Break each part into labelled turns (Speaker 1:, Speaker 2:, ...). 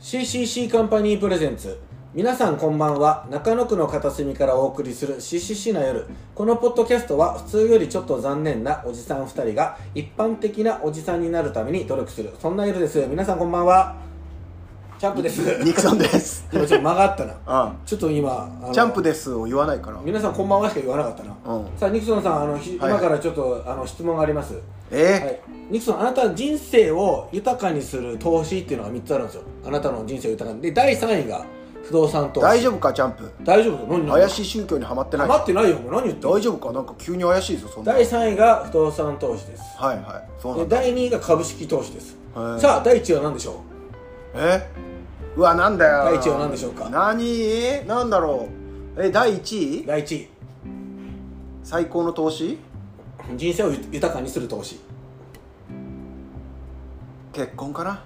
Speaker 1: CCC カンパニープレゼンツ皆さんこんばんは中野区の片隅からお送りする CCC な夜このポッドキャストは普通よりちょっと残念なおじさん2人が一般的なおじさんになるために努力するそんな夜です皆さんこんばんはチャンプです
Speaker 2: ニクソンです。
Speaker 1: 今ちょっと間があったな
Speaker 2: う
Speaker 1: ちょっと今あの
Speaker 2: ん。チャンプですを言わないから。
Speaker 1: 皆さんこんばんはしか言わなかったな、
Speaker 2: うん
Speaker 1: さあニクソンさんあの、ひ
Speaker 2: はい
Speaker 1: 今からちょっとあの質問がありますは
Speaker 2: え
Speaker 1: い、ニクソンあなたは人生を豊かにする投資っていうのが3つあるんですよあなたの人生を豊かにで第3位が不動産投資
Speaker 2: 大丈夫かチャンプ。
Speaker 1: 大丈夫だよ何
Speaker 2: 怪
Speaker 1: い
Speaker 2: しい宗教にはまってない。
Speaker 1: 待っ
Speaker 2: 大
Speaker 1: てないよもう何言ってんの
Speaker 2: 丈夫かなんか急に怪しいぞそんな。は
Speaker 1: 第
Speaker 2: い
Speaker 1: 3位が不動産投資です
Speaker 2: はい。そうな
Speaker 1: で
Speaker 2: んだ。
Speaker 1: 第2位が株式投資です
Speaker 2: へー
Speaker 1: さあ第1位は何でしょ
Speaker 2: え？うわなんだよ。
Speaker 1: 第一位は何でしょうか
Speaker 2: 何？なんだろう。え第一
Speaker 1: う
Speaker 2: 位？
Speaker 1: 第1位
Speaker 2: 最高の投資？
Speaker 1: 人生を豊かにする投資
Speaker 2: 結婚かな。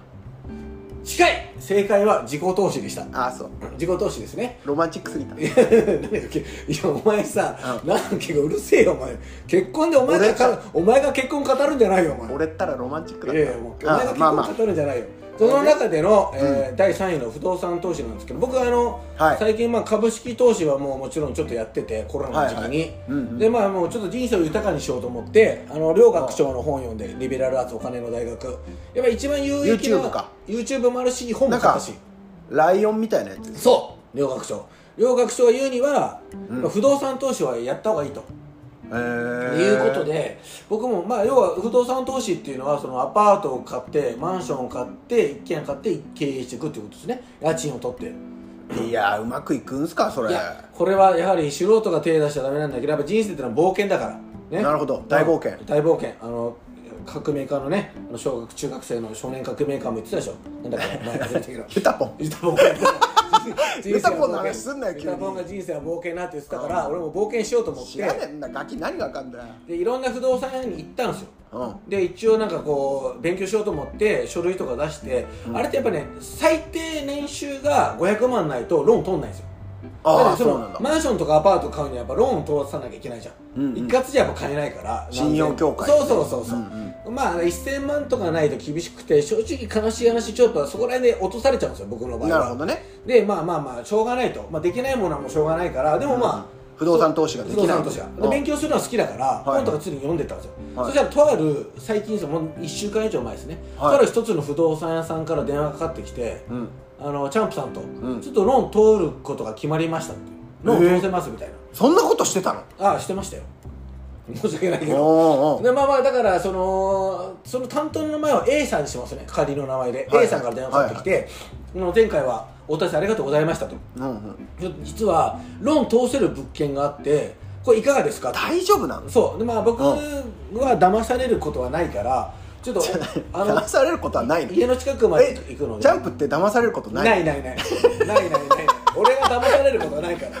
Speaker 1: 近い正解は自己投資でした
Speaker 2: あそう。
Speaker 1: 自己投資ですね
Speaker 2: ロマンチックすぎた。
Speaker 1: 何だっけいやお前さ、なんかうるせえよお前結婚でお前が
Speaker 2: 俺
Speaker 1: かお前が結婚語るんじゃないよお前
Speaker 2: 俺ったらロマンチックだ
Speaker 1: い
Speaker 2: っ
Speaker 1: や
Speaker 2: た。
Speaker 1: いやもうお前が
Speaker 2: あ
Speaker 1: 結
Speaker 2: まあ
Speaker 1: 婚
Speaker 2: まあ。
Speaker 1: 語るんじゃないよその中での、えー第3位の不動産投資なんですけど僕はあの、
Speaker 2: はい
Speaker 1: 最近まあ株式投資はもうもちろんちょっとやっててコロナの時期に、
Speaker 2: はいはいうんうん
Speaker 1: でまあもうちょっと人生を豊かにしようと思ってあの両学長の本読んで「リベラルアーツお金の大学」やっぱ一番有益な
Speaker 2: YouTube か
Speaker 1: YouTube もあるし本も
Speaker 2: なん
Speaker 1: 買った
Speaker 2: か
Speaker 1: し
Speaker 2: ライオンみたいなやつ。
Speaker 1: そう両学長両学長が言うには、まあ不動産投資はやった方がいいと。
Speaker 2: ええ。
Speaker 1: いうことで僕もまあ要は不動産投資っていうのはそのアパートを買ってマンションを買って一軒家買って経営していくっていうことですね家賃を取って
Speaker 2: いやうまくいくんすかそれ
Speaker 1: い。やこれはやはり素人が手出しちゃダメなんだけどやっぱ人生ってのは冒険だから、ね、
Speaker 2: なるほど大冒険
Speaker 1: 大冒険あの革命家のねあの小学中学生の少年革命家も言ってたでしょなんだっけ前忘れた けど
Speaker 2: ペタポン。
Speaker 1: ユタボンが
Speaker 2: ユタボンの話すんなよ急に
Speaker 1: ユタボンが人生は冒険なって言ってたから俺も冒険しようと思っ
Speaker 2: 知らね
Speaker 1: て
Speaker 2: えんだガキ何がわかんだよ。
Speaker 1: でいろんな不動産屋に行ったんですよ
Speaker 2: うん。
Speaker 1: で一応なんかこう勉強しようと思って書類とか出して、あれってやっぱね最低年収が500万ないとローン取んないんですよだっ
Speaker 2: ああ
Speaker 1: て
Speaker 2: そ
Speaker 1: そうの
Speaker 2: なんだ、
Speaker 1: マンションとかアパート買うにはやっぱローンを通さなきゃいけないじゃん、
Speaker 2: うんうん
Speaker 1: 一括じゃやっぱ買えないから
Speaker 2: 信用協会
Speaker 1: そうそうそうそう、
Speaker 2: うん
Speaker 1: まあ1000万とかないと厳しくて正直悲しい話ちょっとそこら辺で落とされちゃうんですよ僕の場合は
Speaker 2: なるほどね
Speaker 1: でまあまあまあしょうがないと、まあ、できないものはもうしょうがないからでもまあ、
Speaker 2: 不動産投資がで
Speaker 1: 不
Speaker 2: きな
Speaker 1: 動産
Speaker 2: い
Speaker 1: 投資がで
Speaker 2: うん
Speaker 1: 勉強するのは好きだから
Speaker 2: い
Speaker 1: 本とか常に読んでたんですよ、
Speaker 2: はい
Speaker 1: そしたらとある最近ですよもう1週間以上前ですね、
Speaker 2: はい
Speaker 1: とある一つの不動産屋さんから電話がかかってきて、
Speaker 2: うん
Speaker 1: あのチャンプさんと、
Speaker 2: ん
Speaker 1: ちょっとローン通ることが決まりましたってローン通せますみたいな、
Speaker 2: そんなことしてたの
Speaker 1: ああしてましたよ申し訳ないけど
Speaker 2: おーおー
Speaker 1: でまあまあだからそのその担当の名前は A さんにしてますね仮の名前で、
Speaker 2: はいはい
Speaker 1: A さんから電話かかってきて、もう前回はお達しありがとうございましたと
Speaker 2: うんうん
Speaker 1: ちょっと実はローン通せる物件があってこれいかがですかって
Speaker 2: 大丈夫なの
Speaker 1: そうでまあ僕
Speaker 2: うん
Speaker 1: は騙されることはないからちょっとあの
Speaker 2: 騙されることはないの
Speaker 1: 家の近くまで行くので
Speaker 2: ジャンプって騙されることない
Speaker 1: ない ないないないないないない俺が騙されることはないから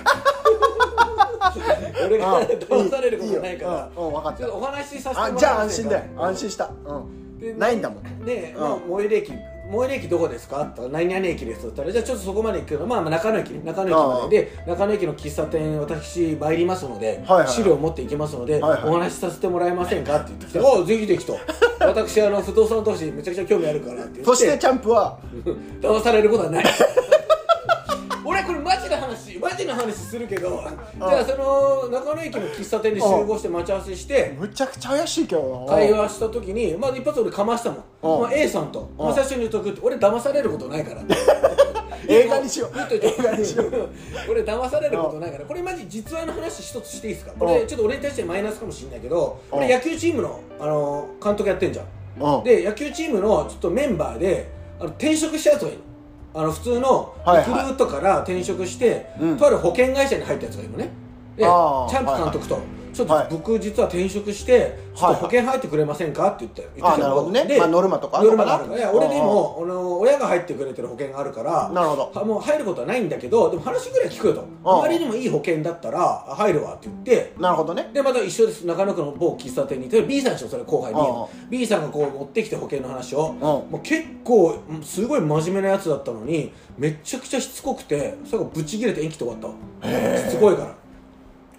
Speaker 1: 俺が
Speaker 2: うん
Speaker 1: 騙されることはないから
Speaker 2: いいようんうん分かった
Speaker 1: ちょっとお話しさせてもら
Speaker 2: あ
Speaker 1: えま
Speaker 2: じゃあ安
Speaker 1: せん
Speaker 2: 心
Speaker 1: か
Speaker 2: だよ安心したう
Speaker 1: で
Speaker 2: んないんだもん
Speaker 1: で、
Speaker 2: うん
Speaker 1: まあ、最寄り駅最寄り駅どこですかとか何々駅ですと言ったらじゃあちょっとそこまで行くけど、まあ、まあ中野駅ね中野駅までで中野駅の喫茶店私参りますので、
Speaker 2: はいはい
Speaker 1: 資料を持って行きますので、
Speaker 2: はいはい
Speaker 1: お話しさせてもらえませんかって言ってきて「おうぜひぜひ」と「私あの不動産投資めちゃくちゃ興味あるから」って言って
Speaker 2: そしてチャンプは
Speaker 1: 騙されることはない 俺これマジな話マジな話するけどじゃあその中野駅の喫茶店で集合して待ち合わせして
Speaker 2: むちゃくちゃ怪しいけどな
Speaker 1: 会話した時に、まあ、一発俺かましたもん、
Speaker 2: うん
Speaker 1: まあ、A さんと、
Speaker 2: うん
Speaker 1: まあ、最初に言うとくって俺騙されることないから
Speaker 2: 映画にしよう
Speaker 1: 言っといて
Speaker 2: 映画にしよう
Speaker 1: 俺騙されることないからこれマジ実話の話一つしていいですかこ
Speaker 2: う
Speaker 1: れ
Speaker 2: ん
Speaker 1: ちょっと俺に対してマイナスかもしれないけど
Speaker 2: うん
Speaker 1: 俺野球チームの、あのー監督やってんじゃん
Speaker 2: うん
Speaker 1: で野球チームのちょっとメンバーであの転職したやつがいるあの普通の
Speaker 2: はいは
Speaker 1: リ
Speaker 2: い
Speaker 1: クルートから転職して、
Speaker 2: うん
Speaker 1: とある保険会社に入ったやつがいるのねでチ
Speaker 2: あー
Speaker 1: ャンプ監督と、ちょっ
Speaker 2: はい
Speaker 1: と僕実は転職してちょっと保険入ってくれませんかって言って言ってきた
Speaker 2: あーなるほどね
Speaker 1: で
Speaker 2: まあノルマとかある
Speaker 1: ノル
Speaker 2: のか
Speaker 1: マがあ
Speaker 2: な
Speaker 1: るからいや俺でもあの親が入ってくれてる保険があるから
Speaker 2: なるほど
Speaker 1: はもう入ることはないんだけどでも話ぐらい聞くよと
Speaker 2: あ
Speaker 1: あまりにもいい保険だったらあ入るわって言って
Speaker 2: なるほどね
Speaker 1: でまた一緒です中野区の某喫茶店に例えば B さんでしょそれ後輩に
Speaker 2: うんうん
Speaker 1: B さんがこう持ってきて保険の話を
Speaker 2: ん
Speaker 1: もう結構うんすごい真面目なやつだったのにめちゃくちゃしつこくて最後ブチ切れて延期と終わったわしつこいから。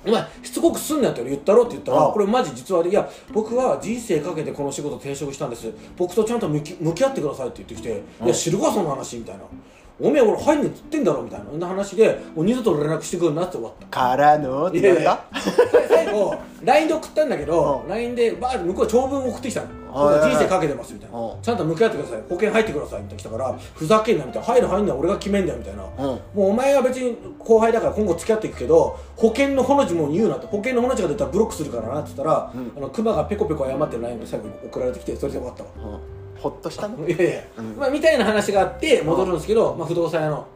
Speaker 1: お前しつこくすんなよって言ったろって言ったら
Speaker 2: うん
Speaker 1: これマジ実はでいや僕は人生かけてこの仕事転職したんです僕とちゃんと向き向き合ってくださいって言ってきていや知るかその話みたいなおめえ俺入んねえっつってんだろみたいなそんな話でもう二度と連絡してくるなって終わった
Speaker 2: からのって言われた
Speaker 1: 最後 LINE で送ったんだけど、
Speaker 2: う
Speaker 1: LINE でバーって向こう長文送ってきたの
Speaker 2: はいはいはい
Speaker 1: 人生かけてますみたいな、
Speaker 2: うん
Speaker 1: ちゃんと向き合ってください保険入ってくださいみたいな来たからふざけんなみたいな入る入んない俺が決めんだよみたいな、
Speaker 2: うん
Speaker 1: もうお前は別に後輩だから今後付き合っていくけど保険のほの字もう言うなと保険のほの字が出たらブロックするからなって言ったら、
Speaker 2: うん
Speaker 1: あのクマがペコペコ謝ってる LINE が最後に送られてきてそれで終わったわ
Speaker 2: うんほっとしたの
Speaker 1: いやいや、
Speaker 2: うん
Speaker 1: まあ、みたいな話があって戻るんですけど、まあ、不動産屋の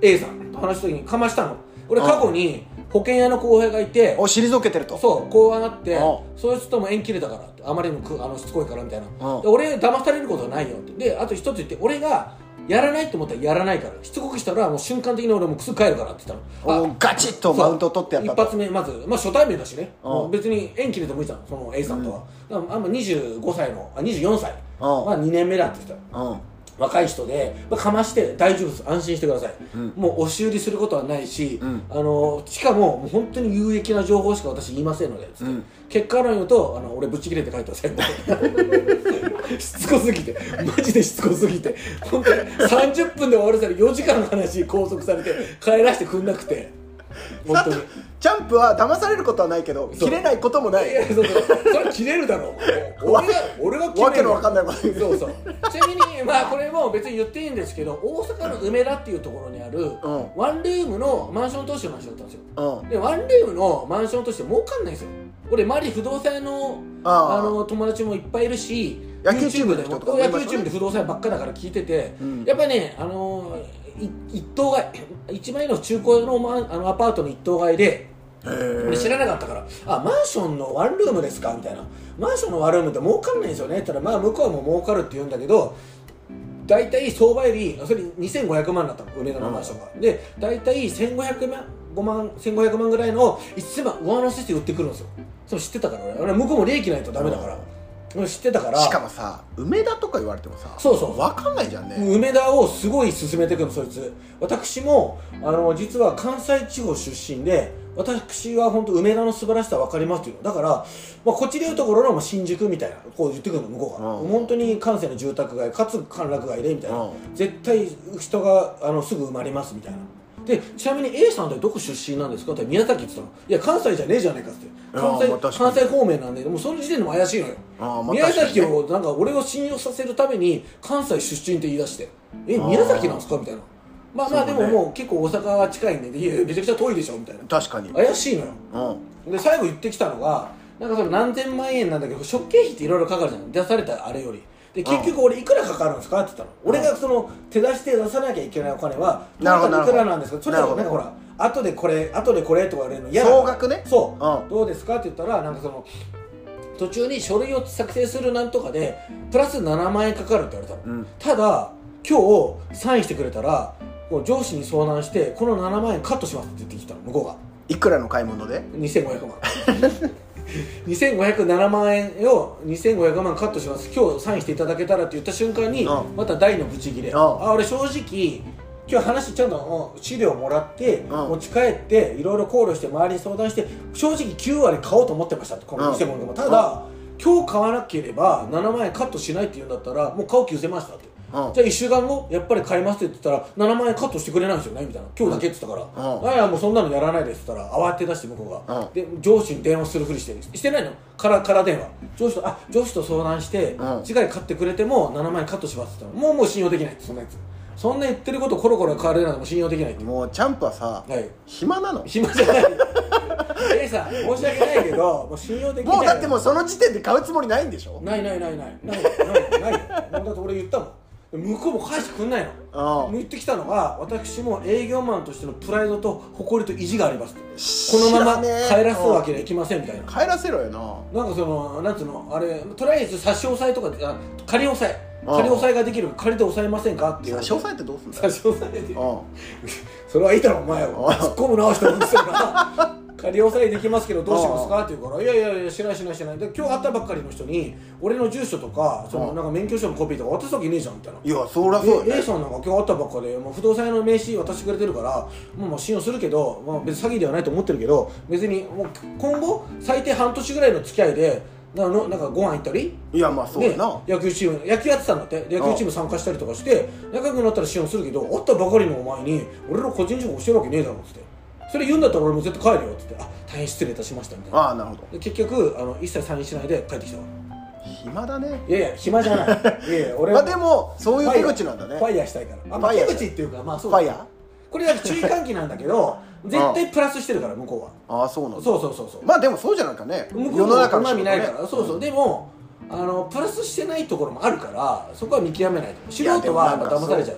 Speaker 1: A さんと話した時にかましたの俺
Speaker 2: うん
Speaker 1: 過去に保険屋の後輩がいて
Speaker 2: お退けてると
Speaker 1: そうこうなって
Speaker 2: うん
Speaker 1: そいつとも縁切れたからってあまりにもくあのしつこいからみたいな
Speaker 2: うん
Speaker 1: で俺騙されることはないよってであと一つ言って俺がやらないと思ったらやらないからしつこくしたらもう瞬間的に俺もうくすぐ帰るからって言ったの
Speaker 2: おガチッとマウントを取ってやった
Speaker 1: 一
Speaker 2: と
Speaker 1: 発目まず、まあ、初対面だしね、
Speaker 2: うん
Speaker 1: もう別に縁切れてもいいじゃんその A さんとは、だからあんま25歳のあ24歳、
Speaker 2: うん
Speaker 1: まあ、2年目だって言ってた
Speaker 2: うん
Speaker 1: 若い人で、まあ、かまして大丈夫です安心してください、
Speaker 2: うん
Speaker 1: もう押し売りすることはないし、
Speaker 2: うん
Speaker 1: あのしかももう本当に有益な情報しか私言いませんので、つって
Speaker 2: うん
Speaker 1: 結果論言うとあの俺ぶち切れて書いてますよしつこすぎて マジでしつこすぎて本当に30分で終わるさに4時間の話拘束されて帰らせてくんなくて本当に。
Speaker 2: ジャンプは騙されることはないけど
Speaker 1: そう
Speaker 2: 切れないこともないい
Speaker 1: やそうそうそれ切れるだろう俺が俺が切れる
Speaker 2: わけのわかんないこと言う
Speaker 1: そうそうちなみにまあこれも別に言っていいんですけど大阪の梅田っていうところにある、
Speaker 2: ん
Speaker 1: ワンルームのマンション投資の話だったんですよ
Speaker 2: うん
Speaker 1: でワンルームのマンション投資って儲かんないんですよ俺周り不動産屋の
Speaker 2: ああ
Speaker 1: あの友達もいっぱいいるし
Speaker 2: 野球チーム
Speaker 1: YouTube で
Speaker 2: の人
Speaker 1: も
Speaker 2: とかもいま
Speaker 1: 野
Speaker 2: すよね
Speaker 1: 球チームで不動産屋ばっかだから聞いてて、
Speaker 2: うん
Speaker 1: やっぱねあのい一棟買い一枚の中古のマンあのアパートの一棟買いで俺知らなかったから「あマンションのワンルームですか?」みたいな「マンションのワンルームって儲かんないんですよね」って言ったら「まあ向こうはもう儲かる」って言うんだけど大体相場よりそれ2500万だったの梅田のマンションが、で大体1500万5万1500万ぐらいの1000万上乗せして売ってくるんですよそれ知ってたから俺俺向こうも利益ないとダメだから、俺知ってたから
Speaker 2: しかもさ梅田とか言われてもさ
Speaker 1: そうそう
Speaker 2: わかんないじゃんね
Speaker 1: 梅田をすごい進めていくのそいつ私もあの実は関西地方出身で私は本当梅田の素晴らしさ分かりますっていうのだから、まあ、こっちでいうところのまあ新宿みたいなこう言ってくるの向こうが、
Speaker 2: うん
Speaker 1: 本当に関西の住宅街かつ歓楽街でみたいな、
Speaker 2: うん
Speaker 1: 絶対人があのすぐ埋まりますみたいなでちなみに A さんってどこ出身なんですかって宮崎って言ったのいや関西じゃねえじゃねえかって関
Speaker 2: あーまあ確
Speaker 1: 西
Speaker 2: か
Speaker 1: 関
Speaker 2: に
Speaker 1: 西方面なんでもうその時点でも怪しいのよ
Speaker 2: あーまあ
Speaker 1: 宮
Speaker 2: 確か
Speaker 1: 崎
Speaker 2: にね
Speaker 1: をなんか俺を信用させるために関西出身って言い出して「え
Speaker 2: あー
Speaker 1: 宮崎なんですか?」みたいなまあまあで
Speaker 2: そう
Speaker 1: も
Speaker 2: ね
Speaker 1: もう結構大阪は近いんで「いやいやめちゃくちゃ遠いでしょ」みたいな
Speaker 2: 確かに
Speaker 1: 怪しいのよ
Speaker 2: うん
Speaker 1: で最後言ってきたのがなんかその何千万円なんだけど食経費っていろいろかかるじゃん出されたあれよりで結局俺いくらかかるんですかって言ったの俺がその手出して出さなきゃいけないお金は
Speaker 2: なるほど
Speaker 1: んかいくらなんですかそれ
Speaker 2: な
Speaker 1: だ
Speaker 2: る
Speaker 1: と
Speaker 2: ほ
Speaker 1: な
Speaker 2: ど
Speaker 1: んかほら後でこれ後でこれとか言われるの嫌だから
Speaker 2: 総額ね
Speaker 1: そう、
Speaker 2: うん
Speaker 1: どうですかって言ったらなんかその途中に書類を作成するなんとかでプラス7万円かかるって言われたの、
Speaker 2: うん
Speaker 1: ただ今日サインしてくれたらこう上司に相談してこの7万円カットしますって言ってきたの向こうが
Speaker 2: いくらの買い物で
Speaker 1: 2500万2507万円を2500万カットします今日サインしていただけたらって言った瞬間に
Speaker 2: うん
Speaker 1: また大のブチギレ
Speaker 2: うん
Speaker 1: あ俺正直今日話ちゃんとうん資料もらって
Speaker 2: ん
Speaker 1: 持ち帰っていろいろ考慮して周りに相談して正直9割買おうと思ってましたとこの2500万もただ今日買わなければ7万円カットしないって言うんだったらもう買う気失せましたって
Speaker 2: うん
Speaker 1: じゃあ1週間後やっぱり買いますって言ったら7万円カットしてくれないんですよねみたいな今日だけって言ったから、
Speaker 2: うん
Speaker 1: あいやもうそんなのやらないですって言ったら慌て出して向こうが、
Speaker 2: うん
Speaker 1: で上司に電話するふりしてしてないのからから電話上司とあ上司と相談して、
Speaker 2: うん
Speaker 1: 次回買ってくれても7万円カットしますって言ったらもうもう信用できないってそんなやつそんな言ってることコロコロ変われるなんてもう信用できないって
Speaker 2: もうジャンプはさ
Speaker 1: はい
Speaker 2: 暇なの
Speaker 1: 暇じゃない A さん申し訳ないけどもう信用できない
Speaker 2: もうだってもうその時点で買うつもりないんでしょ
Speaker 1: ないないないないないないないないもうだって俺言ったもん向こうも返してくんないの
Speaker 2: うん
Speaker 1: 言ってきたのが私も営業マンとしてのプライドと誇りと意地がありますと
Speaker 2: 知
Speaker 1: このま
Speaker 2: ら
Speaker 1: ま
Speaker 2: ねえ
Speaker 1: 帰らすわけにはいきませんみたいな
Speaker 2: 帰らせろよな
Speaker 1: なんかそのなんつうのあれとりあえず差し押さえとかあ仮押さえ
Speaker 2: うん
Speaker 1: 仮押さえができる仮で押さえませんかっていう
Speaker 2: 詳細ってどうすんだ
Speaker 1: 差
Speaker 2: よ
Speaker 1: し押さえで
Speaker 2: う
Speaker 1: それはいいだろお前を
Speaker 2: うん
Speaker 1: 突っ込むなしてるくせえな仮押さえできますけどどうしますかって言うから「いやいやいやしないしないしない」で今日会ったばっかりの人に俺の住所とかその
Speaker 2: うん
Speaker 1: なんか免許証のコピーとか渡すわけねえじゃんみたいなん
Speaker 2: いやそりゃそうよ
Speaker 1: え A
Speaker 2: ね
Speaker 1: さんなんか今日会ったばっかで、もう不動産屋の名刺渡してくれてるからもうまあ信用するけど、まあ、別に詐欺ではないと思ってるけど別にもう今後最低半年ぐらいの付き合いでなのなんかご飯行ったり
Speaker 2: いやまあそうやな、
Speaker 1: ね、野球チーム野球やってたんだってで野球チーム参加したりとかして仲良くなったら支援するけど会ったばかりのお前に俺の個人情報教えるわけねえだろっつってそれ言うんだったら俺も絶対帰るよっつってあ大変失礼いたしましたみたいな
Speaker 2: ああなるほど
Speaker 1: で結局あの一切サインしないで帰ってきたわ
Speaker 2: 暇だね
Speaker 1: いやいや暇じゃない いやいや俺
Speaker 2: ま
Speaker 1: は
Speaker 2: あでもそういう手口なんだね
Speaker 1: ファイヤーしたいからあ
Speaker 2: ファイヤ
Speaker 1: 手
Speaker 2: ー
Speaker 1: 口っていうかまあ
Speaker 2: フ
Speaker 1: そう
Speaker 2: ァイヤ
Speaker 1: これだけ注意喚起なんだけど絶対プラスしてるから向こうは
Speaker 2: ーああそうなんだ
Speaker 1: そうそうそうそう
Speaker 2: まあでもそうじゃないかね
Speaker 1: 向こう
Speaker 2: 世の中の
Speaker 1: 好
Speaker 2: 人
Speaker 1: みないから、そうそうでもあのプラスしてないところもあるからそこは見極めないと素人はやっぱ騙されちゃう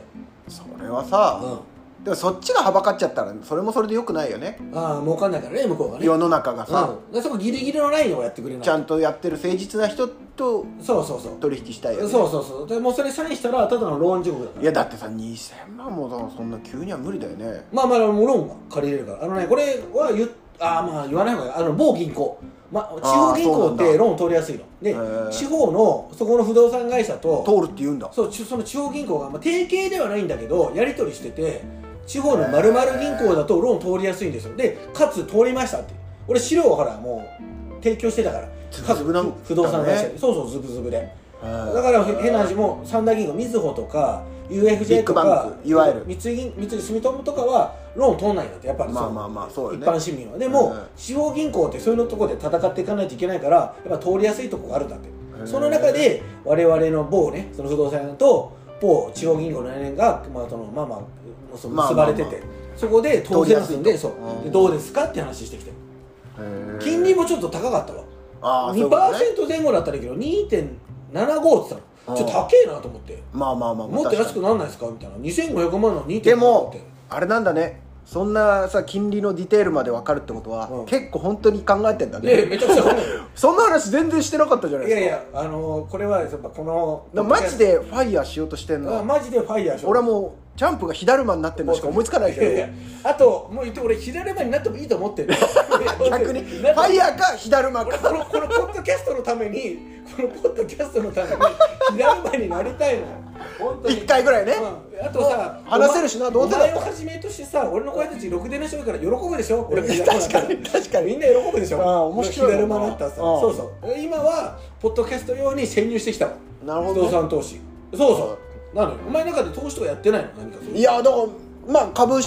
Speaker 2: それはさ、
Speaker 1: うん
Speaker 2: でもそっちがはばかっちゃったらそれもそれでよくないよね
Speaker 1: ああ儲かんないからね向こうがね
Speaker 2: 世の中がさ、
Speaker 1: うん、でそこギリギリのラインをやってくれない
Speaker 2: ちゃんとやってる誠実な人と
Speaker 1: そうそうそう
Speaker 2: 取引したいよ、ね、
Speaker 1: そうそうそうでもうそれサインしたらただのローン地獄だから
Speaker 2: いやだってさ2000万もさそんな急には無理だよね
Speaker 1: まあまあもうローンは借りれるからあのねこれは言っああまあ言わない方がいいあの某銀行、ま、地方銀
Speaker 2: そうな
Speaker 1: 行
Speaker 2: ん
Speaker 1: っ
Speaker 2: だ
Speaker 1: てローン取りやすいので
Speaker 2: へー
Speaker 1: 地方のそこの不動産会社と
Speaker 2: 通るって言うんだ
Speaker 1: そうちその地方銀行が、まあ、提携ではないんだけどやり取りしてて地方のまる銀行だとローン通りやすいんですよでかつ通りましたって俺資料をほらもう提供してたから
Speaker 2: ズブズブなんだね
Speaker 1: 各不動産会社にそうそうズブズブでだ
Speaker 2: だ
Speaker 1: からへ変な話もう三大銀行みずほとか
Speaker 2: ビッ
Speaker 1: UFJ
Speaker 2: グ
Speaker 1: と
Speaker 2: バン
Speaker 1: か
Speaker 2: クいわゆる
Speaker 1: 三井銀三井住友とかはローン通んないんだってやっぱり
Speaker 2: まあ
Speaker 1: その
Speaker 2: まあまあそうよ
Speaker 1: 一
Speaker 2: ね
Speaker 1: 般市民はでも、
Speaker 2: うん
Speaker 1: 地方銀行ってそういうのところで戦っていかないといけないからやっぱ通りやすいところがあるんだって
Speaker 2: ー
Speaker 1: その中で我々の某ねその不動産屋と某地方銀行の年が、まあ、そのまあまあその
Speaker 2: まあ
Speaker 1: 結ばれてて、
Speaker 2: まあま
Speaker 1: そこで当選すんで
Speaker 2: 通りやすいと
Speaker 1: そう
Speaker 2: う
Speaker 1: で
Speaker 2: ん
Speaker 1: どうですかって話してきて
Speaker 2: へー
Speaker 1: 金利もちょっと高かったわ
Speaker 2: ああそういうこと
Speaker 1: 2%
Speaker 2: ね
Speaker 1: 前後だったらいいけど2.75って言ったのちょっと高えなと思って
Speaker 2: まあまあまあまあ
Speaker 1: もっと安く
Speaker 2: 確か
Speaker 1: なんないですかみたいな2500万の2.75
Speaker 2: にで
Speaker 1: っ
Speaker 2: も
Speaker 1: て
Speaker 2: あれなんだねそんなさ金利のディテールまで分かるってことは、
Speaker 1: うん
Speaker 2: 結構本当に考えてんだね
Speaker 1: でめちゃくちゃ褒める
Speaker 2: そんな話全然してなかったじゃない
Speaker 1: い
Speaker 2: で
Speaker 1: や
Speaker 2: す
Speaker 1: い
Speaker 2: か
Speaker 1: や、あのー、これはやっぱこの
Speaker 2: だからマジでファイヤーしようとしてん
Speaker 1: あ
Speaker 2: の
Speaker 1: マジでファイヤーし
Speaker 2: 俺はもうジャンプが火だるまになってんのしか思いつかないけど
Speaker 1: いやいやあともう言って俺左レバーになってもいいと思ってる
Speaker 2: 逆 にフ
Speaker 1: なんか
Speaker 2: ァイヤーか火だるま
Speaker 1: 俺
Speaker 2: か
Speaker 1: このこのポッドキャストのためにこのポッドキャストのために左レバーになりたいのよ本当に
Speaker 2: 一回ぐらいね
Speaker 1: うんあとさ
Speaker 2: 話せるしなどうせ
Speaker 1: だ
Speaker 2: だ
Speaker 1: お
Speaker 2: った
Speaker 1: 前をはじめとしてさ俺の声たちろくでな人だから喜ぶでしょ俺が左レバー
Speaker 2: 確
Speaker 1: だ
Speaker 2: か
Speaker 1: ら
Speaker 2: に確かに
Speaker 1: みんな喜ぶでしょ
Speaker 2: ああ面白いな
Speaker 1: 左レバーになったらさ
Speaker 2: ああ
Speaker 1: そうそう今はポッドキャスト用に潜入してきたわ
Speaker 2: なるほ
Speaker 1: 不
Speaker 2: どね
Speaker 1: 動産投資そうそうなのよお前の中で投資とかやってないの何かそういう
Speaker 2: いやだからまあ株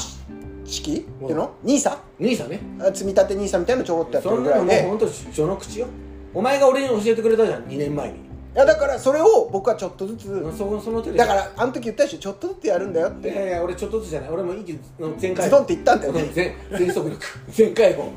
Speaker 2: 式っていうの NISA
Speaker 1: 兄さんね
Speaker 2: 積み立て NISA みたいなのちょろっとやって
Speaker 1: そ
Speaker 2: る
Speaker 1: ん
Speaker 2: ぐ
Speaker 1: なの
Speaker 2: らい
Speaker 1: もう
Speaker 2: で
Speaker 1: 本当序の口よお前が俺に教えてくれたじゃん2年前に
Speaker 2: いやだからそれを僕はちょっとずつ
Speaker 1: そその手で
Speaker 2: だからあの時言ったでしょちょっとずつやるんだよっ
Speaker 1: い
Speaker 2: て
Speaker 1: やいや俺ちょっとずつじゃない俺も息の全開
Speaker 2: ズドンって言ったんだよね
Speaker 1: 全全速力 全開放も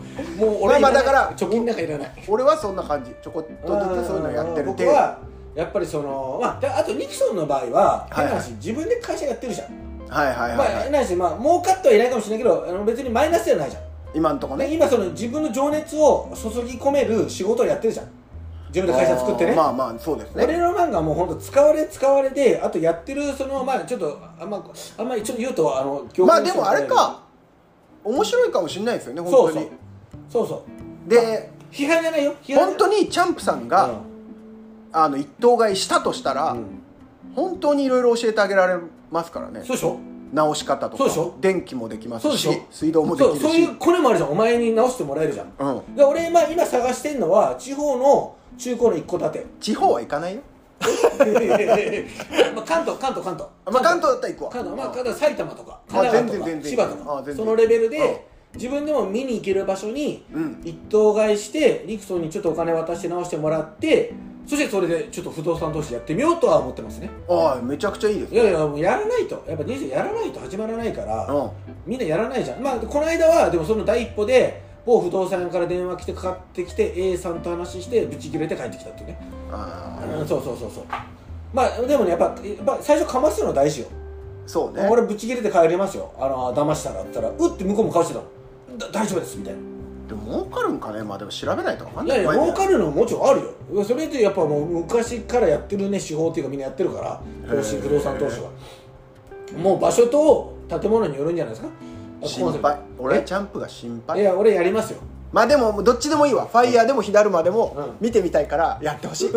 Speaker 1: う俺
Speaker 2: まあまあ
Speaker 1: いらない
Speaker 2: だから
Speaker 1: 貯金なんかいらない
Speaker 2: 俺はそんな感じちょこっとずつそういうのやってる
Speaker 1: 僕
Speaker 2: 程度
Speaker 1: はやっぱりそのまあであとニクソンの場合は変な
Speaker 2: はいは
Speaker 1: 話自分で会社やってるじゃん
Speaker 2: はいはい
Speaker 1: まあ
Speaker 2: はいは
Speaker 1: 変
Speaker 2: い
Speaker 1: な話まあ儲かってはいないかもしれないけどあの別にマイナスじゃないじゃん
Speaker 2: 今んとこ
Speaker 1: ね、
Speaker 2: ね
Speaker 1: 今その自分の情熱を注ぎ込める仕事をやってるじゃん自分で会社作ってね、
Speaker 2: あーまあまあそうです
Speaker 1: 俺
Speaker 2: ね
Speaker 1: のなんかもう本当使われ使われであとやってるそのまあちょっとあんまあんまりちょっと言うとあの業界
Speaker 2: まあ
Speaker 1: の
Speaker 2: で
Speaker 1: 人
Speaker 2: もあれか面白いかもしれないですよね
Speaker 1: そ
Speaker 2: 本
Speaker 1: う
Speaker 2: 当
Speaker 1: そう
Speaker 2: に
Speaker 1: そうそう
Speaker 2: で
Speaker 1: 批判じゃないよ批判
Speaker 2: 本当にチャンプさん
Speaker 1: が、う
Speaker 2: があの一頭買いしたとしたら
Speaker 1: ん
Speaker 2: 本当にいろいろ教えてあげられますからね
Speaker 1: そうでしょ
Speaker 2: 直し方とか
Speaker 1: そうでしょ
Speaker 2: 電気もできま
Speaker 1: そう
Speaker 2: す
Speaker 1: でし
Speaker 2: し
Speaker 1: ょ
Speaker 2: 水道もできるし
Speaker 1: そうそういうコネもあるじゃんお前に直してもらえるじゃん、
Speaker 2: うん、
Speaker 1: で俺、まあ、今探してんのは地方の中古の一戸建て
Speaker 2: 地方は行かないよ、
Speaker 1: まあ関東関東関東
Speaker 2: まあ、関東だったら行くわ
Speaker 1: かなまあ、ただ埼玉とか
Speaker 2: あ
Speaker 1: 神奈川と
Speaker 2: 全然全
Speaker 1: か千
Speaker 2: 然
Speaker 1: 葉とか
Speaker 2: あ全然
Speaker 1: そのレベル
Speaker 2: うん
Speaker 1: で自分でも見に行ける場所に
Speaker 2: うん
Speaker 1: 一等買いしてリクソンにちょっとお金渡して直してもらってそしてそれでちょっと不動産投資やってみようとは思ってますね
Speaker 2: ああめちゃくちゃいいです
Speaker 1: いやいやもうやらないとやっぱ人生やらないと始まらないから、
Speaker 2: うん
Speaker 1: みんなやらないじゃんまあこの間はでもその第一歩で某不動産屋から電話来てかかってきて A さんと話してブチ切れて帰ってきたっていうね、
Speaker 2: ああ
Speaker 1: うん、そうそうそうそうまあでもねやっぱやっぱ最初かますのは大事よ
Speaker 2: そうね
Speaker 1: 俺ぶち切れて帰りますよあの騙したらって言ったらうって向こうも顔してたのだ大丈夫ですみたいな
Speaker 2: でも儲かるんかねまあでも調べないと分かん
Speaker 1: い
Speaker 2: ない
Speaker 1: やいや
Speaker 2: 怖
Speaker 1: 儲
Speaker 2: ね
Speaker 1: かるのももちろんあるよそれでやっぱもう昔からやってるね手法っていうかみんなやってるから投資
Speaker 2: へー
Speaker 1: 不動産投資はもう場所と建物によるんじゃないですか
Speaker 2: 心
Speaker 1: コンセ
Speaker 2: 配
Speaker 1: プト
Speaker 2: 俺は
Speaker 1: え
Speaker 2: チャンプが心
Speaker 1: い
Speaker 2: 配
Speaker 1: や俺やりますよ
Speaker 2: まあでもどっちでもいいわファイヤーでも火だるまでも
Speaker 1: う
Speaker 2: 見てみたいからやってほしい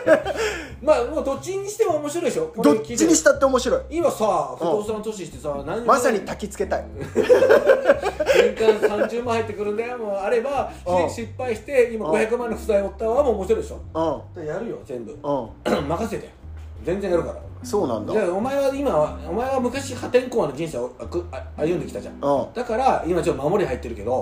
Speaker 1: まあもうどっちにしても面白いでしょこれ
Speaker 2: どっちにしたって面白い
Speaker 1: 今さ不動産投資してさ、何でも
Speaker 2: まさに焚きつけたい
Speaker 1: 年間30万入ってくるんだよもうあれば
Speaker 2: うん
Speaker 1: し失敗して今
Speaker 2: うん
Speaker 1: 500万の負債負ったはもう面白いでしょ
Speaker 2: うん
Speaker 1: やるよ全部
Speaker 2: うん
Speaker 1: 任せて全然やるから
Speaker 2: そうなんだ
Speaker 1: じゃあお前は今はお前は昔破天荒な人生をあくあ歩んできたじゃん
Speaker 2: うん
Speaker 1: だから今ちょっと守り入ってるけ
Speaker 2: あ
Speaker 1: ど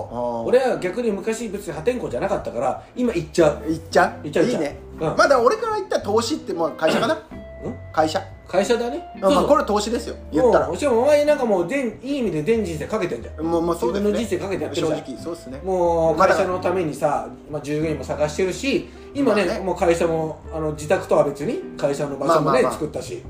Speaker 2: ー
Speaker 1: 俺は逆に昔別に破天荒じゃなかったから今行っちゃう
Speaker 2: いっちゃう
Speaker 1: いっちゃういっち
Speaker 2: い
Speaker 1: ゃう
Speaker 2: ね、
Speaker 1: うん
Speaker 2: まだ俺から言ったら投資ってまあ会社かな会社
Speaker 1: 会社だね
Speaker 2: あまあ、これは投資ですよ言ったら
Speaker 1: もうしかもお前なんかもうでんいい意味で全人生かけてんじゃん
Speaker 2: もうまあそうですね
Speaker 1: 自分の人生かけてやってるじゃん
Speaker 2: 正直そうですね
Speaker 1: もう
Speaker 2: まだ
Speaker 1: 会社のためにさ、まあ、従業員も探してるし今ね,、
Speaker 2: まあね
Speaker 1: もう会社もあの自宅とは別に会社の場所もね、
Speaker 2: まあまあまあ
Speaker 1: 作ったし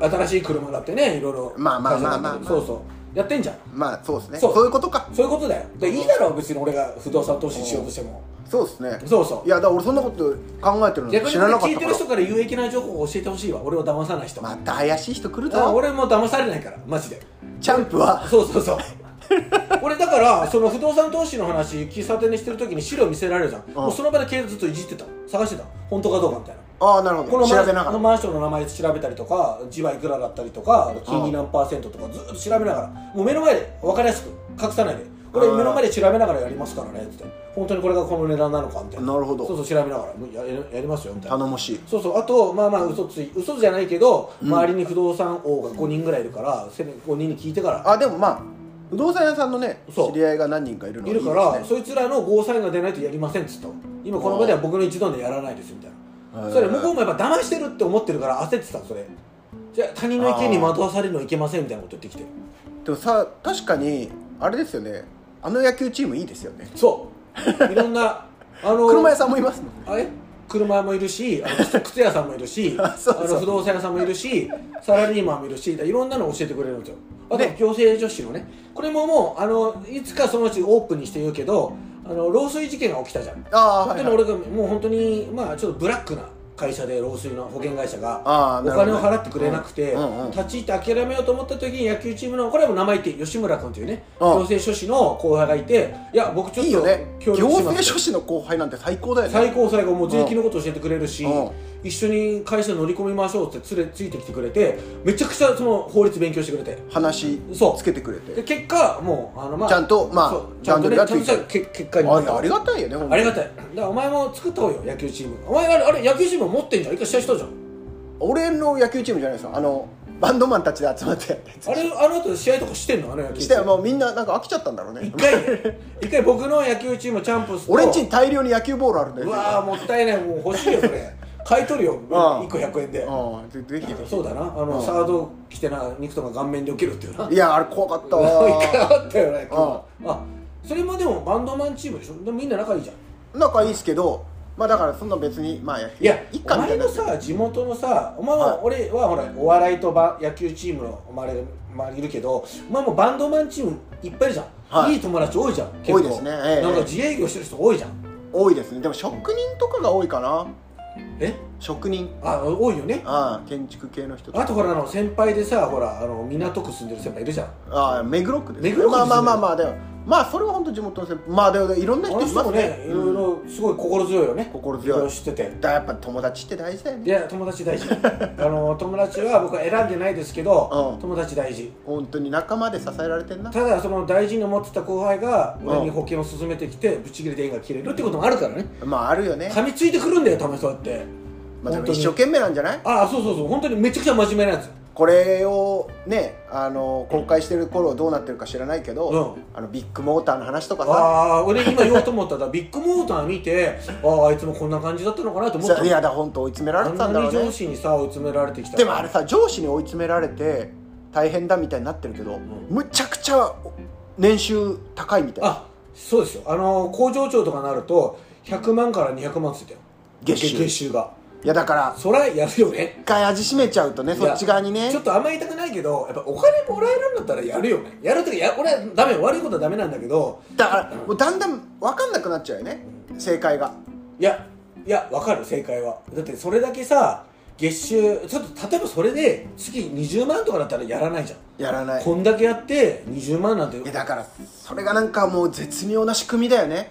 Speaker 1: 新しい車だってねいろいろ
Speaker 2: まあまあまあま
Speaker 1: 会社の
Speaker 2: あ
Speaker 1: 中でそうそうやってんじゃん
Speaker 2: まあそうですね
Speaker 1: そう
Speaker 2: そういうことか
Speaker 1: そういうことだよでいいだろ別に俺が不動産投資しようとしても
Speaker 2: そうですね
Speaker 1: そうそう
Speaker 2: いやだから俺そんなこと考えてるの
Speaker 1: 逆
Speaker 2: 知
Speaker 1: に
Speaker 2: ら
Speaker 1: 俺
Speaker 2: なかっ
Speaker 1: 聞い
Speaker 2: た
Speaker 1: てる
Speaker 2: から
Speaker 1: 人から有益な情報を教えてほしいわ俺を騙さない人、
Speaker 2: また怪しい人来る
Speaker 1: あ
Speaker 2: ぞ
Speaker 1: 俺も騙されないからマジで
Speaker 2: チャンプは
Speaker 1: そうそうそう 俺だからその不動産投資の話喫茶店にしてる時に資料見せられるじゃん、もうその場で携帯ずっといじってた探してた本当かどうかみたいな
Speaker 2: ああなる
Speaker 1: こ
Speaker 2: ほ
Speaker 1: の
Speaker 2: ど
Speaker 1: マン
Speaker 2: 調べ
Speaker 1: ショ
Speaker 2: な
Speaker 1: ン
Speaker 2: が
Speaker 1: の
Speaker 2: ら
Speaker 1: マンションの名前調べたりとか地はいくらだったりとか金利何パーセントとかずっと調べながらもう目の前で分かりやすく隠さないでこれ
Speaker 2: うん
Speaker 1: 目の前で調べながらやりますからねって本当にこれがこの値段なのかみたいな
Speaker 2: なるほど
Speaker 1: そうそう調べながらもうやややりますよみたいな
Speaker 2: 頼もしい
Speaker 1: そうそうあとまあまあ嘘つい嘘じゃないけど、周りに不動産王が5人ぐらいいるからせめて5人に聞いてから
Speaker 2: あでもまあ不動産屋さんのね
Speaker 1: そう
Speaker 2: 知り合いが何人かいるの
Speaker 1: い
Speaker 2: で
Speaker 1: るから
Speaker 2: ですね
Speaker 1: そいつらのゴーサインが出ないとやりませんっつったの今この場では僕の一度でやらないですみたい
Speaker 2: へ
Speaker 1: な
Speaker 2: ー
Speaker 1: それ向こうもやっぱ騙してるって思ってるから焦ってたのそれじゃあ他人の意見に惑わされるのはいけませんみたいなこと言ってきて
Speaker 2: でもさ確かにあれですよねあの野球チームいいですよね
Speaker 1: そういろん なあの
Speaker 2: 車屋さんもいますもん
Speaker 1: あれ車もいるしあの靴屋さんもいるし
Speaker 2: あそうそう
Speaker 1: あの不動産屋さんもいるしサラリーマンもいるしいろんなの教えてくれるんですよあと
Speaker 2: ね
Speaker 1: 行政女子のねこれももうあのいつかそのうちオープンにして言うけどあの漏水事件が起きたじゃん
Speaker 2: ああはい、
Speaker 1: で
Speaker 2: は
Speaker 1: も
Speaker 2: い、
Speaker 1: 俺がもう本当にまあちょっとブラックな会社で漏水の保険会社が
Speaker 2: あ
Speaker 1: お
Speaker 2: ーなるほ
Speaker 1: 金
Speaker 2: ど
Speaker 1: を払ってくれなくて
Speaker 2: うんうんうん
Speaker 1: 立ち入って諦めようと思った時に野球チームのこれはもう名前言って吉村君というね
Speaker 2: うん
Speaker 1: 行政書士の後輩がいていや僕ちょっ
Speaker 2: いいよ
Speaker 1: と
Speaker 2: ね行
Speaker 1: 協力しま
Speaker 2: 政
Speaker 1: す
Speaker 2: 書士の後輩なんて最高だよね
Speaker 1: 最高最高もう税金のこと教えてくれるし
Speaker 2: うん
Speaker 1: 一緒に会社に乗り込みましょうって連れついてきてくれてめちゃくちゃその法律勉強してくれて
Speaker 2: 話
Speaker 1: そう
Speaker 2: つけてくれ
Speaker 1: で
Speaker 2: て
Speaker 1: 結果もうあのまあ
Speaker 2: ちゃんとまあ
Speaker 1: そうちゃんとねち
Speaker 2: ち
Speaker 1: ゃ
Speaker 2: ゃ
Speaker 1: ん
Speaker 2: ん
Speaker 1: と
Speaker 2: とやついてる
Speaker 1: した結結果にな
Speaker 2: あ
Speaker 1: っ
Speaker 2: い
Speaker 1: た
Speaker 2: やありがたいよね本当
Speaker 1: あ
Speaker 2: に
Speaker 1: りがたいだからお前も作った方よ野球チームお前あれあれ野球チーム持ってんじゃん一回試合したじゃん
Speaker 2: 俺の野球チームじゃないですよあのバンドマンたちで集ま ってやったやつ
Speaker 1: あれあの後試合とかしてんのあの野球
Speaker 2: し
Speaker 1: チ
Speaker 2: て
Speaker 1: ーム
Speaker 2: もうみんななんか飽きちゃったんだろうね
Speaker 1: 一回一回僕の野球チームチャンプスと
Speaker 2: 俺んちに大量に野球ボールあるんだよ
Speaker 1: うわーもったいないもう欲しいよそれ買い取るよ1個100円で
Speaker 2: うんぜぜひぜ
Speaker 1: そうだなあのサード来てな肉とか顔面で受けるっていうな
Speaker 2: ひいやあれ怖かったわ
Speaker 1: 一回あったよねあそれもでもバンドマンチームでしょでもみんな仲いいじゃん
Speaker 2: 仲いいですけどまあだからそんな別にまあ野球
Speaker 1: いやお
Speaker 2: 一家みた
Speaker 1: 前
Speaker 2: いな
Speaker 1: のさ地元のさお前は、
Speaker 2: はい
Speaker 1: 俺はほらお笑いとば野球チームのお前まあいるけどお前もバンドマンチームいっぱいいるじゃん、、
Speaker 2: はいい
Speaker 1: い友達多いじゃん結
Speaker 2: 多いですねええ
Speaker 1: なんか自営業してる人多いじゃん
Speaker 2: 多いですねでも職人とかが多いかな
Speaker 1: え
Speaker 2: 職人
Speaker 1: あ多いよね
Speaker 2: ああ建築系の人とか
Speaker 1: あとほらあの先輩でさほらあの港区住んでる先輩いるじゃん
Speaker 2: ああ目黒区ですね
Speaker 1: 目黒区です
Speaker 2: ま
Speaker 1: ね
Speaker 2: あまあまあまあでもまあそれは本当地元の先輩まあでもいろんな
Speaker 1: あ
Speaker 2: 人
Speaker 1: の
Speaker 2: い
Speaker 1: 人
Speaker 2: ます
Speaker 1: も
Speaker 2: ね
Speaker 1: ねい
Speaker 2: うん
Speaker 1: ろいろすごい心強いよね
Speaker 2: 心強い
Speaker 1: ろろ知ってて
Speaker 2: だからやっぱ友達って大事だよ
Speaker 1: い
Speaker 2: ね
Speaker 1: や友達大事あの友達は僕は選んでないですけど、
Speaker 2: うん
Speaker 1: 友達大事
Speaker 2: 本当に仲間で支えられてんな
Speaker 1: ただその大事に思ってた後輩が
Speaker 2: うん
Speaker 1: 俺に保険を勧めてきてブチ切れで縁が切れるってこともあるからね
Speaker 2: まああるよね
Speaker 1: 噛みついてくるんだよたまにそうやって
Speaker 2: まあで
Speaker 1: 本
Speaker 2: も
Speaker 1: 当に
Speaker 2: 一生懸命なんじゃない
Speaker 1: ああそうそうそう本当にめちゃくちゃ真面目なやつ
Speaker 2: これをねあの公開してる頃どうなってるか知らないけど、
Speaker 1: うん
Speaker 2: あのビッグモーターの話とかさ
Speaker 1: ああー俺今言おうと思ったらビッグモーター見てあああいつもこんな感じだったのかなと思った
Speaker 2: さいやだ本当追い詰められ
Speaker 1: あ
Speaker 2: て
Speaker 1: ん
Speaker 2: た
Speaker 1: なん
Speaker 2: だろ
Speaker 1: に
Speaker 2: う
Speaker 1: 上
Speaker 2: ね
Speaker 1: 司にさ追い詰められてきた
Speaker 2: でもあれさ上司に追い詰められて大変だみたいになってるけど、むちゃくちゃ年収高いみたいな
Speaker 1: あそうですよあの工場長とかになると100万から200万ついたよ
Speaker 2: 月収
Speaker 1: 月収が
Speaker 2: いやだから
Speaker 1: そりゃやるよね
Speaker 2: 一回味しめちゃうとね
Speaker 1: い
Speaker 2: そ
Speaker 1: や
Speaker 2: っち側にね
Speaker 1: ちょっとあんまり言いたくないけどやっぱお金もらえるんだったらやるよねやるときや俺はダメ悪いことはダメなんだけど
Speaker 2: だからもうだんだん分かんなくなっちゃうよね正解が
Speaker 1: いやいやわかる正解はだってそれだけさ月収ちょっと例えばそれで月20万とかだったらやらないじゃん、
Speaker 2: やらない
Speaker 1: こんだけやって20万なんて、うん、
Speaker 2: え
Speaker 1: だか
Speaker 2: だからそれがなんかもう絶妙な仕組みだよね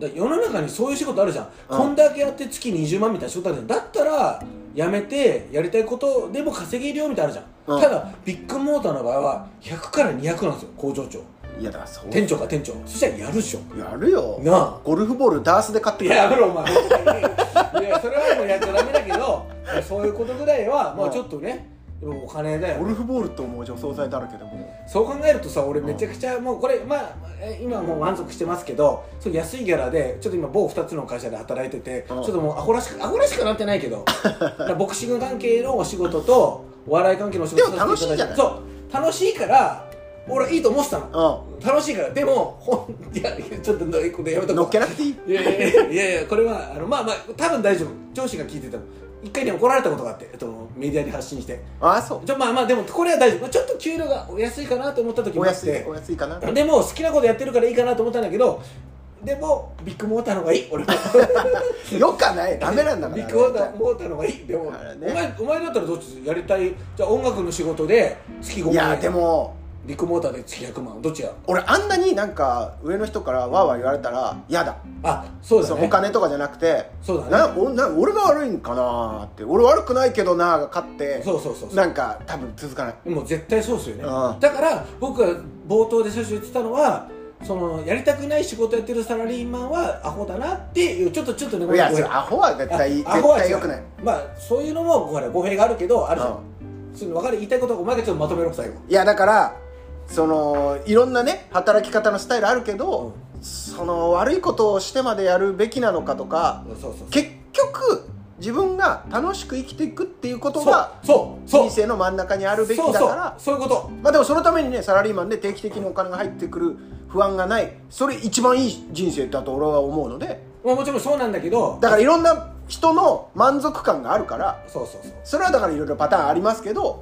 Speaker 1: ら世の中にそういう仕事あるじゃん、
Speaker 2: うん
Speaker 1: こんだけやって月20万みたいな仕事あるじゃんだったらやめてやりたいことでも稼げるよみたいなのあるじゃん、
Speaker 2: うん
Speaker 1: ただビッグモーターの場合は100から200なんですよ工場長
Speaker 2: いやだからそう
Speaker 1: 店長か店長そしたらやるでしょ
Speaker 2: やるよ
Speaker 1: なあ
Speaker 2: ゴルフボールダースで買ってくる
Speaker 1: やめろお前いやそれはもうやっちゃダメだけどそういうことぐらいはまあちょっとねでもお金だよ
Speaker 2: ゴルフボールともう除草剤だらけでも
Speaker 1: そう考えるとさ俺めちゃくちゃもうこれまあえ今もう満足してますけどそう安いギャラでちょっと今某2つの会社で働いててち
Speaker 2: う
Speaker 1: ょ
Speaker 2: ん
Speaker 1: っともうアホらしくアホらしくなってないけ どだからボクシング関係のお仕事とお笑い関係のお仕事
Speaker 2: でも楽しいじゃない
Speaker 1: そう楽しいから俺はいいと思ってたの
Speaker 2: う
Speaker 1: 楽しいからでもほんいやいやちょっとのこれやめとこ
Speaker 2: ん乗
Speaker 1: う
Speaker 2: っけなくていい
Speaker 1: いやいやいやいやいやこれはあのまあまあ多分大丈夫上司が聞いてても一回ね怒られたことがあって、えっと、メディアに発信して
Speaker 2: ああそう
Speaker 1: ちょまあまあでもこれは大丈夫ちょっと給料がお安いかなと思った時も
Speaker 2: お
Speaker 1: あっ
Speaker 2: 安い
Speaker 1: て
Speaker 2: お安いかな
Speaker 1: でも好きなことやってるからいいかなと思ったんだけどでもビッグモーターの方がいい俺は
Speaker 2: よかないダメなんだから
Speaker 1: ビッグモーターモーターの方がいいでも、
Speaker 2: あらね
Speaker 1: お前お前だったらどっちやりたいじゃあ音楽の仕事で月5万
Speaker 2: いやでも
Speaker 1: ビッグモーターで月100万どっちや
Speaker 2: 俺あんなになんか上の人からわーわー言われたら嫌だ
Speaker 1: あそうだ
Speaker 2: そう
Speaker 1: ね
Speaker 2: お金とかじゃなくて
Speaker 1: そうだね
Speaker 2: なおな俺が悪いんかなって俺悪くないけどなーが勝って
Speaker 1: そうそうそうそう
Speaker 2: なんか多分続かない
Speaker 1: もう絶対そうですよね、
Speaker 2: うん
Speaker 1: だから僕が冒頭で最初言ってたのはそのやりたくない仕事やってるサラリーマンはアホだなっていうちょっとちょっとね
Speaker 2: いや
Speaker 1: ご
Speaker 2: そ
Speaker 1: めん
Speaker 2: れアホは絶対絶
Speaker 1: あアホは
Speaker 2: 対
Speaker 1: 違う
Speaker 2: 良くない
Speaker 1: まあそういうのもこれ語弊があるけどあるじゃん、
Speaker 2: うん
Speaker 1: そういうの分かる言いたいことはお前がちょっとまとめろ最後
Speaker 2: いやだからそのいろんなね働き方のスタイルあるけど、その悪いことをしてまでやるべきなのかとか
Speaker 1: そうそうそう
Speaker 2: 結局自分が楽しく生きていくっていうことが
Speaker 1: そうそう
Speaker 2: 人生の真ん中にあるべきだから
Speaker 1: そうそうそういうこと
Speaker 2: まあでもそのためにねサラリーマンで定期的にお金が入ってくる不安がないそれ一番いい人生だと俺は思うので
Speaker 1: まあもちろんそうなんだけど
Speaker 2: だからいろんな人の満足感があるから
Speaker 1: そうそうそう
Speaker 2: それはだからいろいろパターンありますけど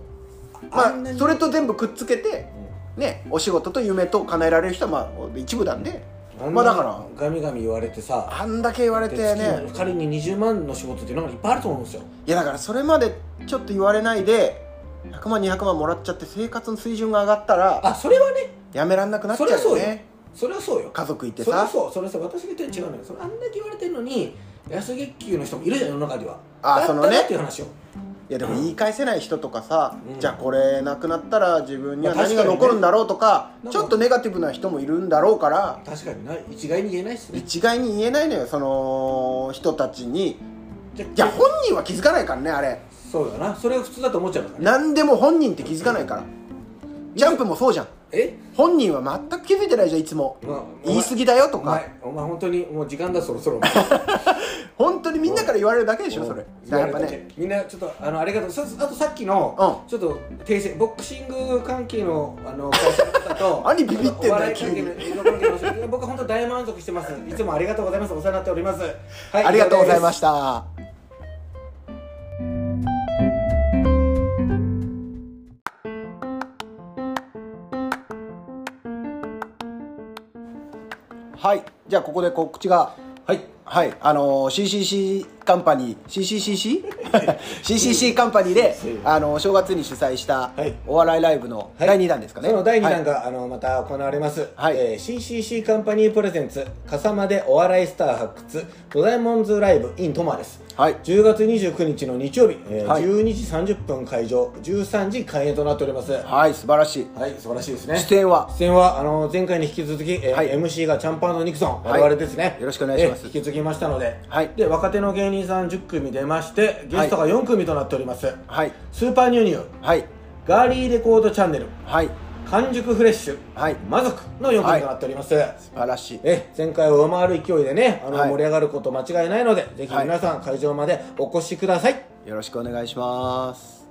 Speaker 2: ま
Speaker 1: あ
Speaker 2: あ
Speaker 1: んなに
Speaker 2: それと全部くっつけてねお仕事と夢と叶えられる人はまあ一部なんで
Speaker 1: あんな
Speaker 2: まあだから
Speaker 1: ガミガミ言われてさ
Speaker 2: あんだけ言われてね
Speaker 1: で月仮に20万の仕事っていうのがいっぱいあると思うんですよ
Speaker 2: いやだからそれまでちょっと言われないで100万200万もらっちゃって生活の水準が上がったら
Speaker 1: あそれはね
Speaker 2: やめらんなくなっちゃう
Speaker 1: そ
Speaker 2: よ
Speaker 1: りゃそうよ
Speaker 2: ね
Speaker 1: それはそうよ
Speaker 2: 家族いて
Speaker 1: それは
Speaker 2: さ
Speaker 1: そうそれはそう私が言ってるの違うのよそれあんだけ言われてるのに安月給の人もいるじゃん世の中には
Speaker 2: あ
Speaker 1: だったら
Speaker 2: そのね
Speaker 1: っていう話を
Speaker 2: いやでも言い返せない人とかさ、
Speaker 1: うん
Speaker 2: じゃあこれなくなったら自分には
Speaker 1: まあ確
Speaker 2: 何
Speaker 1: か
Speaker 2: が
Speaker 1: にね
Speaker 2: 残るんだろうとか,、
Speaker 1: なんか
Speaker 2: ちょっとネガティブな人もいるんだろうから
Speaker 1: 確かにな一概に言えないっすね
Speaker 2: 一概に言えないのよその人たちに
Speaker 1: じゃ
Speaker 2: いや本人は気づかないからねあれ
Speaker 1: そうだなそれが普通だと思っちゃうからね
Speaker 2: 何でも本人って気づかないからジャンプもそうじゃん
Speaker 1: え
Speaker 2: 本人は全く気づいてないじゃんいつも
Speaker 1: まあお前
Speaker 2: 言い過ぎだよ
Speaker 1: お
Speaker 2: とか
Speaker 1: 前お前本当にもう時間だそろそろ
Speaker 2: 本当にみんなから言われるだけでし ょそれだからやっぱね
Speaker 1: みんなちょっとあのありがとうさあとさっきの、
Speaker 2: う
Speaker 1: ちょっと訂正ボクシング関係のあの会社の方と
Speaker 2: 何ビビってんだよ
Speaker 1: お笑い関係の映像関係のお仕事僕は本当大満足して ますいつもありがとうございますお世話になっております、はい、
Speaker 2: ありがとうございま
Speaker 1: し
Speaker 2: したたはいじゃあここで告知が
Speaker 1: はい
Speaker 2: はいあのー CCC カンパニー CCCC?CCC カンパニーで、あのー正月に主催した
Speaker 1: はい
Speaker 2: お笑いライブの
Speaker 1: はい
Speaker 2: 第2弾ですかね、
Speaker 1: その第2
Speaker 2: はい
Speaker 1: 弾が、あのまた行われます、
Speaker 2: はい
Speaker 1: えー CCC カンパニープレゼンツ「笠間でお笑いスター発掘ドラえもんズライブ in トマ」です
Speaker 2: はい
Speaker 1: 10月29日の日曜日、えー
Speaker 2: はい
Speaker 1: 12時30分会場13時開演となっておりますは
Speaker 2: はい素晴らしい
Speaker 1: い、素晴らしいですね
Speaker 2: 出演は
Speaker 1: 出演はあの前回に引き続き、えー
Speaker 2: はい
Speaker 1: MC がチャンパンのニクソン
Speaker 2: は
Speaker 1: 我
Speaker 2: い
Speaker 1: 々ですね、
Speaker 2: よろしくお願いします
Speaker 1: えー引き継ぎましたので,、
Speaker 2: はい
Speaker 1: で若手の芸人さん10組出ましてゲストが4組となっております、
Speaker 2: はい
Speaker 1: スーパーニューニュー
Speaker 2: はい
Speaker 1: ガーリーレコードチャンネル
Speaker 2: はい
Speaker 1: 完熟フレッシュ、
Speaker 2: はい
Speaker 1: 魔族の4組となっております、
Speaker 2: 素晴らしい
Speaker 1: え前回を上回る勢いでねあの、
Speaker 2: はい
Speaker 1: 盛り上がること間違いないのでぜひ皆さん会場までお越しください、
Speaker 2: よろしくお願いします